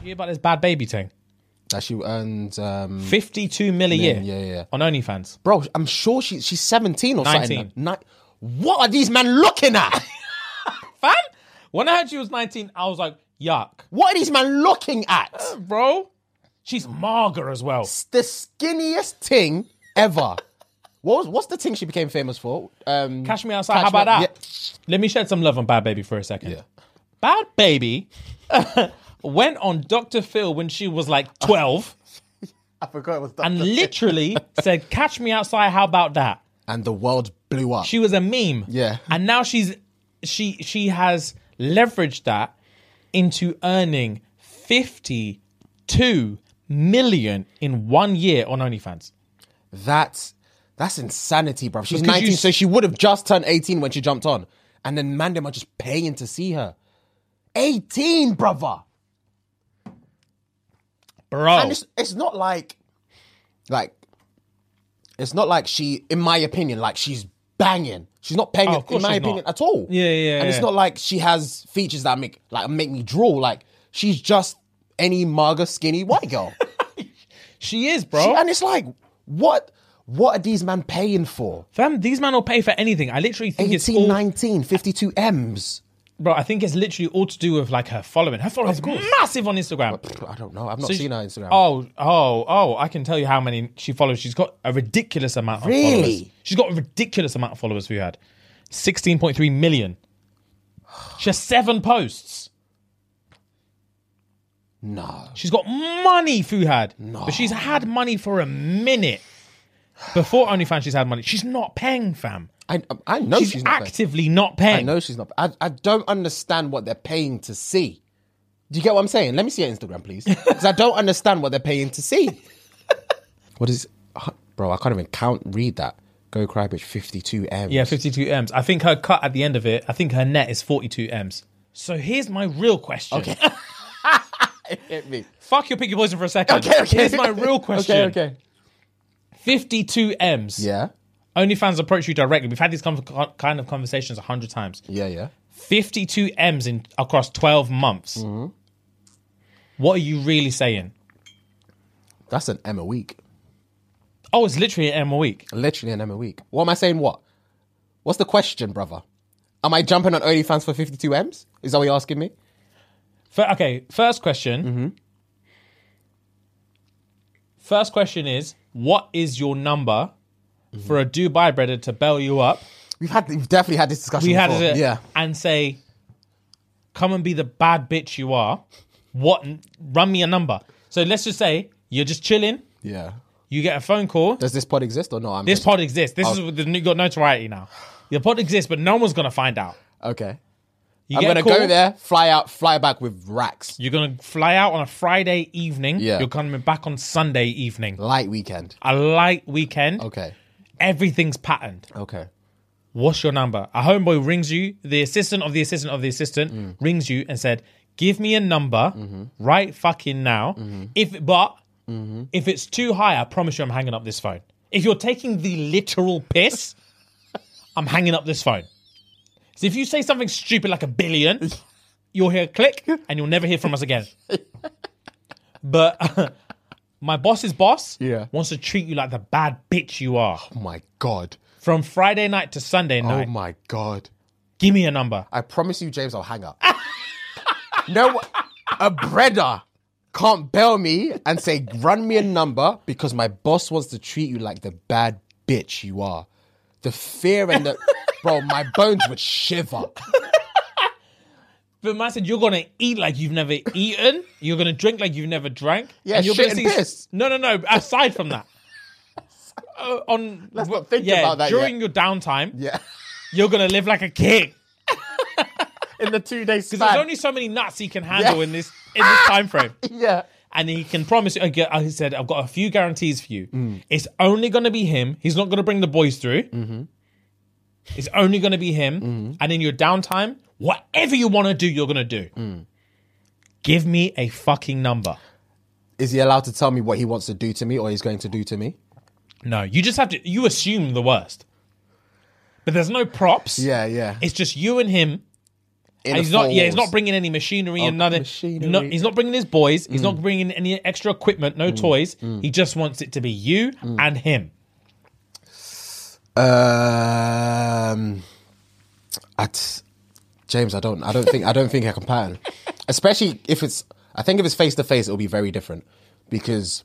You hear about this bad baby thing? That she earned, um, 52 mil a year Million, yeah, yeah. on OnlyFans. bro. I'm sure she she's 17 or 19. something. Ni- what are these men looking at? Fam, when I heard she was 19, I was like, yuck. What are these men looking at? Bro, she's mager as well. It's the skinniest thing ever. What was, what's the thing she became famous for? Um, Cash me outside. How Catch Me- about that? Let me shed some love on Bad Baby for a second. Yeah. Bad Baby went on Dr. Phil when she was like 12 I forgot it was that. and literally said, Catch me outside. How about that? and the world blew up. She was a meme. Yeah. And now she's she she has leveraged that into earning 52 million in one year on OnlyFans. That's that's insanity, bro. She's Because you 19, s- so she would have just turned 18 when she jumped on. And then Mandem are just paying to see her. 18, brother. Bro. And it's, it's not like like it's not like she, in my opinion, like she's banging. She's not paying Oh, it, of in course my she's not. opinion at all. Yeah, yeah, And it's yeah. not like she has features that make like make me drool. Like she's just any maga skinny white girl. she is, She- bro. and it's like, what what are these men paying for? Fam, these men will pay for anything. I literally think it's 18, all 19, 52 M's. bro, I think it's literally all to do with like her following. Her following is massive on Instagram. I don't know. I've not So she- seen her Instagram. Oh, oh, oh! I can tell you how many she follows. She's got a ridiculous amount of Really? followers. She's got a ridiculous amount of followers. Who had sixteen point three million? She has seven posts. No. She's got money, Fuhad. No. But she's had money for a minute. Before OnlyFans, she's had money. She's not paying, fam. I, I know she's, Oh, she's, not paying. actively not paying. I know she's not. I, I don't understand what they're paying to see. Do you get what I'm saying? Let me see her Instagram, please. Because I don't understand what they're paying to see. what is. uh, Bro, I can't even count, read that. Go cry, bitch, 52 M's. Yeah, 52 M's. I think her cut at the end of it, I think her net is 42 M's. So here's my real question. Okay. Hit me. Fuck your picky poison for a second. Okay, okay. Here's my real question. Okay, okay. 52 M's. Yeah. OnlyFans approach you directly. We've had these con- con- kind of conversations a hundred times. Yeah, yeah. 52 M's in across 12 months. What are you really saying? That's an M a week. Oh, it's literally an M a week. Literally an M a week. What am I saying? What? What's the question, brother? Am I jumping on OnlyFans for 52 M's? Is that what you're asking me? F- okay, first question. First question is what is your number for a Dubai breeder to bail you up? We've had, we've definitely had this discussion. We had before. it yeah. and say, come and be the bad bitch you are. What? Run me a number. So let's just say you're just chilling. Yeah. You get a phone call. Does this pod exist or no? I'm This just- pod exists. This Oh. is the new got notoriety now. Your pod exists, but no one's gonna find out. Okay. You I'm get a gonna call. go there, fly out, fly back with racks. You're gonna fly out on a Friday evening. Yeah. You're coming back on Sunday evening. Light weekend. A light weekend. Okay. Everything's patterned. Okay. What's your number? A homeboy rings you, the assistant of the assistant of the assistant Mm. rings you and said, Give me a number Mm-hmm. right fucking now. If but if it's too high, I promise you I'm hanging up this phone. If you're taking the literal piss, I'm hanging up this phone. So if you say something stupid like a billion, you'll hear a click and you'll never hear from us again. But my boss's boss Yeah. wants to treat you like the bad bitch you are. Oh my god. From Friday night to Sunday Oh night. my god. Give me a number. I promise you, James, I'll hang up. no, a breader can't bail me and say, run me a number because my boss wants to treat you like the bad bitch you are. The fear and the. Bro, my bones would shiver. But man said you're gonna eat like you've never eaten. You're gonna drink like you've never drank. Yeah, you're shit and piss. No, no, no. Aside from that, uh, on Let's not think yeah, about that during your downtime. Yeah. You're gonna live like a king In the two days because there's only so many nuts he can handle in this in this time frame. yeah. and he can promise you. I get- I said, I've got a few guarantees for you. It's only going to be him. He's not going to bring the boys through. Mm-hmm. It's only going to be him. And in your downtime, whatever you want to do, you're going to do. Mm. Give me a fucking number. Is he allowed to tell me what he wants to do to me or he's going to do to me? No, you just have to. You assume the worst, but there's no props. Yeah, yeah. It's just you and him. And he's not. Yeah, he's not bringing any machinery and nothing. machinery. Mm. No, he's not bringing his boys. He's not bringing any extra equipment. No toys. He just wants it to be you Mm. and him. Um, at James, I don't, I don't think, I don't think I can pattern. Especially if it's, I think if it's face to face, it'll be very different because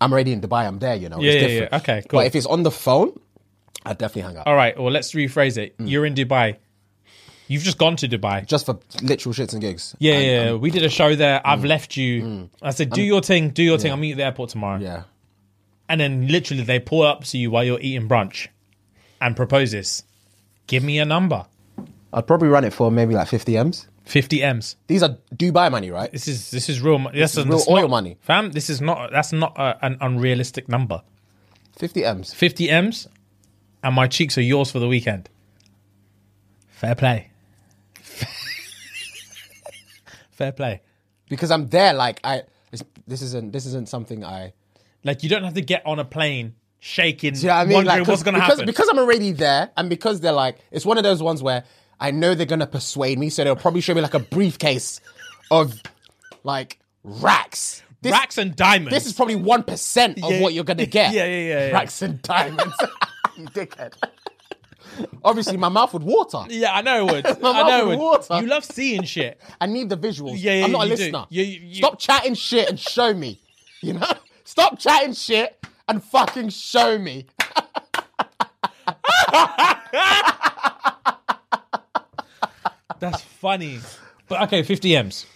I'm already in Dubai. I'm there, you know. Yeah, it's yeah, different. yeah. Okay, cool. But if it's on the phone, I would definitely hang up All right, well, let's rephrase it. You're in Dubai. You've just gone to Dubai. Mm. just for literal shits and gigs. Yeah, yeah, yeah. we did a show there. I've Mm. left you. I said, do your thing, do your thing. I'll meet you at the airport tomorrow. yeah. And then literally they pull up to you while you're eating brunch and propose this. Give me a number. I'd probably run it for maybe like 50 m's. 50 M's. These are Dubai money, right? This is this is real money. This, is real it's oil not- money. Fam, this is not that's not a, an unrealistic number. 50 m's. 50 M's and my cheeks are yours for the weekend. Fair play. Fair play. Because I'm there, like I. It's, this isn't. This isn't something I. Like you don't have to get on a plane shaking, Do you know what I mean? wondering Like, 'cause- what's going to because, happen. Because I'm already there, and because they're like, it's one of those ones where I know they're gonna persuade me, so they'll probably show me like a briefcase of like racks. This, Racks and diamonds. This is probably one percent of Yeah. what you're gonna get. Yeah, yeah, yeah, yeah. Racks and diamonds. You Dickhead. Obviously, my mouth would water. yeah, I know it would. My I know mouth it is would. water. You love seeing shit. I need the visuals. Yeah, yeah, I'm not a you do. listener. You- you- Stop chatting shit and show me. You know? Stop chatting shit and fucking show me. That's funny. But okay, 50 M's.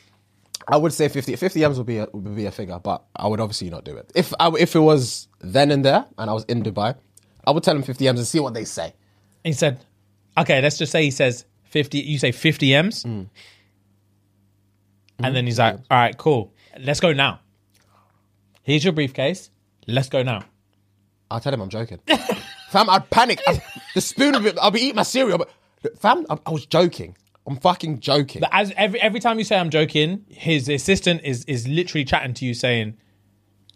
I would say 50. 50 M's would be a, would be a figure, but I would obviously not do it. If I, if it was then and there and I was in Dubai, I would tell them 50 M's and see what they say. He said, okay, let's just say he says 50, you say 50 M's. Mm. And then he's like, all right, cool. Let's go now. Here's your briefcase. Let's go now. I'll tell them I'm joking. fam, I'd panic. I'd- the spoon of it, I'll be eating my cereal. But, fam, I, I was joking. I'm fucking joking. But as every every time you say I'm joking, his assistant is is literally chatting to you saying,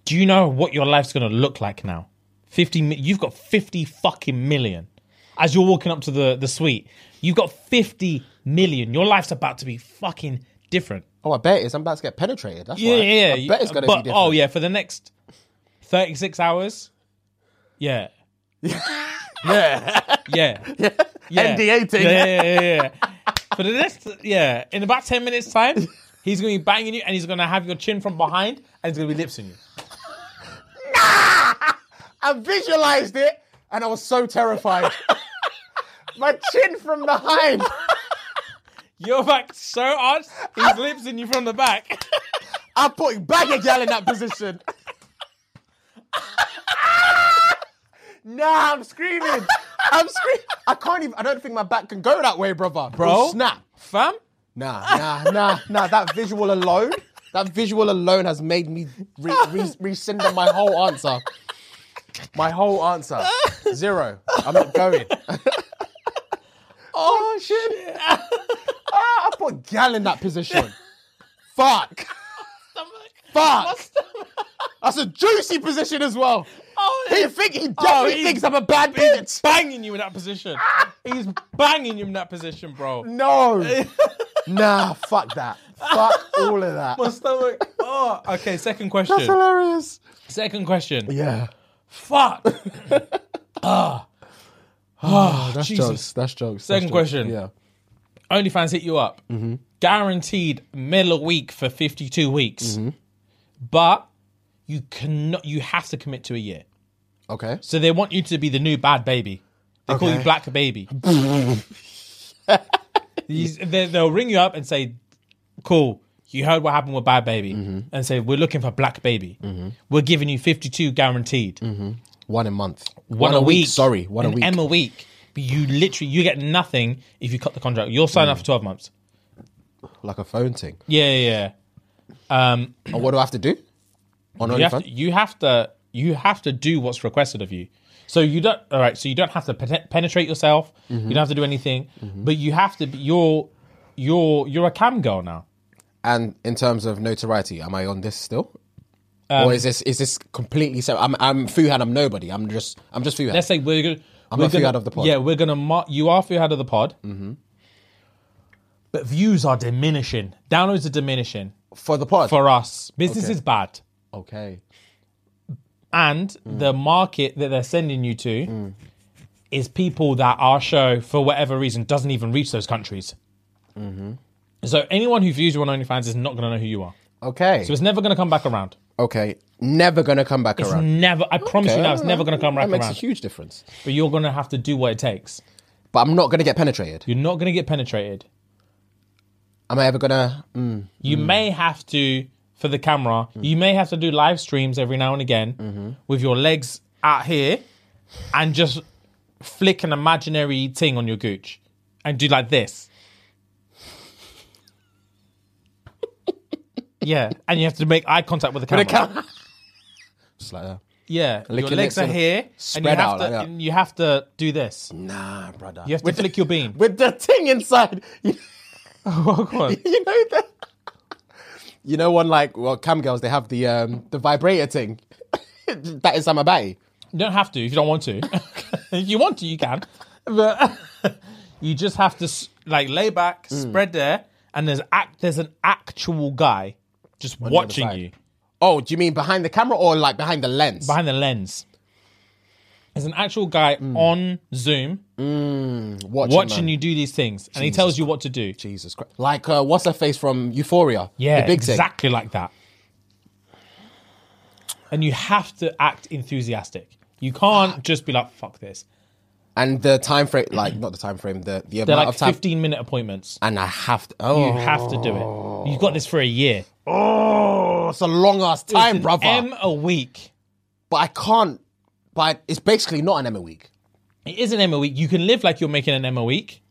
"Do you know what your life's gonna look like now? Fifty, mi- you've got fifty fucking million. As you're walking up to the the suite, you've got fifty million. Your life's about to be fucking different. oh, I bet it is. I'm about to get penetrated. That's Yeah, why. yeah. I yeah. bet it's going to be But- different. Oh yeah, for the next thirty six hours. Yeah. yeah. Yeah. Yeah. NDA thing. Yeah, yeah, yeah, yeah, yeah. For the next, yeah, in about 10 minutes' time, he's going to be banging you and he's going to have your chin from behind and he's going to be lipsing you. I visualized it and I was so terrified. my chin from behind. You're like so odd, he's lipsing you from the back. I put Bagger Gal in that position. nah, I'm screaming. I'm screaming. I can't even. I don't think my back can go that way, brother. It'll snap. Fam? Nah, nah, nah, nah. That visual alone. That visual alone has made me re- re- rescind my whole answer. My whole answer. Zero. I'm not going. oh shit! ah, I put Gal in that position. Fuck. Fuck. That's a juicy position as well. Oh, He yeah. think he definitely Oh, he- thinks I'm a bad He's bitch. banging you in that position. He's banging you in that position, bro. No. nah, fuck that. Fuck all of that. My stomach. Oh, okay. Second That's question. hilarious. Second question. Yeah. Fuck. Ah. Oh, That's Jesus. jokes. That's jokes. Second that's jokes. question. Yeah. OnlyFans hit you up. Guaranteed mill a week for 52 weeks. But you cannot you have to commit to a year. Okay. So they want you to be the new bad baby. They call you Okay. black baby. These- they, will ring you up and say, "Cool, you heard what happened with bad baby," and say, "We're looking for black baby. We're giving you fifty-two guaranteed. One a month. one, a week. Sorry, one an a week. M a week. But you literally you get nothing if you cut the contract. You're signing up for twelve months. like a phone thing. Yeah, yeah. yeah. Um, And what do I have to do? On you have, OnlyFans? to, you have to you have to do what's requested of you. So you don't all right. So you don't have to pen- penetrate yourself. You don't have to do anything. But you have to. Be, you're you're you're a cam girl now. And in terms of notoriety, am I on this still? Um, or is this is this completely so? I'm I'm Fuhan. I'm nobody. I'm just I'm just Fuhan. Let's say we're gonna. I'm not Fuhad of the pod. Yeah, we're gonna. Mar- you are Fuhad of the pod. But views are diminishing. Downloads are diminishing for the pod. for us. Business is bad. okay. and the market that they're sending you to is people that our show, for whatever reason, doesn't even reach those countries. Mm-hmm. So anyone who views you on OnlyFans is not going to know who you are. Okay. So it's never going to come back around. okay. Never gonna come back around. Never. I promise you now, it's Okay. never going to come back That makes around. a huge difference. But you're going to have to do what it takes. But I'm not gonna get penetrated. You're not going to get penetrated. Am I ever gonna? mm, You may have to, for the camera, you may have to do live streams every now and again Mm-hmm. with your legs out here and just flick an imaginary thing on your gooch and do like this. yeah, and you have to make eye contact with the camera. Just like that. yeah, Lick your your legs lips are and here, and you spread have out to like that. and you have to do this. Nah, brother. You have to with, flick your bean. with the thing inside. You, Oh, go on. you know that. You know, one like well, cam girls they have the um the vibrator thing. that is Samabati. You don't have to if you don't want to. if you want to, you can. But you just have to s- like lay back, Hmm. spread there, and there's act. There's an actual guy just watching side. you Oh, do you mean behind the camera or like behind the lens? behind the lens. There's an actual guy on Zoom Hmm. watching, watching man. you do these things, and he tells you what to do. Jesus Christ! Like uh, what's her face from Euphoria? Yeah, the big thing. exactly like that. And you have to act enthusiastic. You can't Ah. just be like "fuck this." And the time frame, like not the time frame, the the They're amount like of time. fifteen minute appointments. And I have to. You Oh, have to do it. You've got this for a year. oh, it's a long ass time, It's an brother. M a week. but I can't. But it's basically not an M a week. It is an M a week. You can live like you're making an M a week,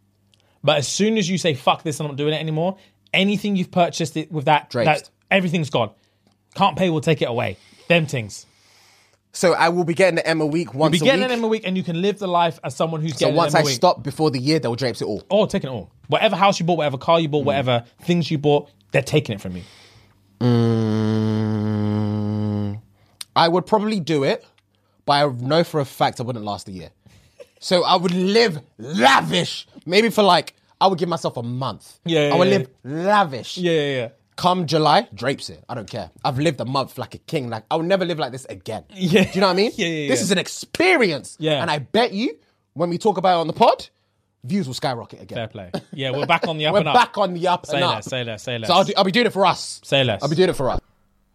but as soon as you say "fuck this," I'm not doing it anymore. Anything you've purchased it with that, Draped. that everything's gone. Can't pay, we'll take it away. Them things. So I will be getting the M a week once Be a getting week. an M a week, and you can live the life as someone who's so getting once an I M a week. stop before the year, they'll drapes it all. oh, taking it all. Whatever house you bought, whatever car you bought, whatever things you bought, they're taking it from you. Mm, I would probably do it, but I know for a fact I wouldn't last a year. So I would live lavish. Maybe for like, I would give myself a month. Yeah, yeah, I would yeah. live lavish. Yeah, yeah, yeah. Come July, drapes it. I don't care. I've lived a month like a king. Like I will never live like this again. Yeah. Do you know what I mean? Yeah, yeah, This yeah. is an experience. Yeah. And I bet you, when we talk about it on the pod, views will skyrocket again. Fair play. Yeah, we're back on the up We're and up. back on the up say and less, up. say less, say less. So I'll, do, I'll be doing it for us. Say less. I'll be doing it for us.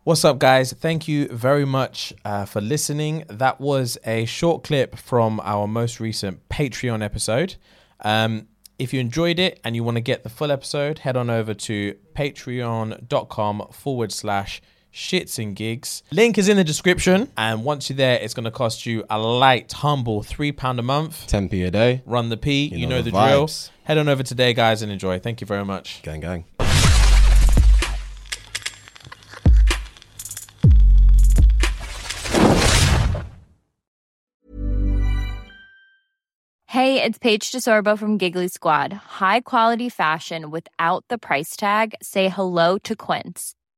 What's up, guys? Thank you very much uh, for listening. That was a short clip from our most recent Patreon episode. Um, if you enjoyed it and you want to get the full episode, head on over to patreon.com forward slash shits and gigs. Link is in the description. And once you're there, it's going to cost you a light, humble £3 a month. 10p a day. Run the P, you, know, know the, the drill. vibes. Head on over today, guys, and enjoy. Thank you very much. Gang, gang. Hey, it's Paige DeSorbo from Giggly Squad. High quality fashion without the price tag. Say hello to Quince.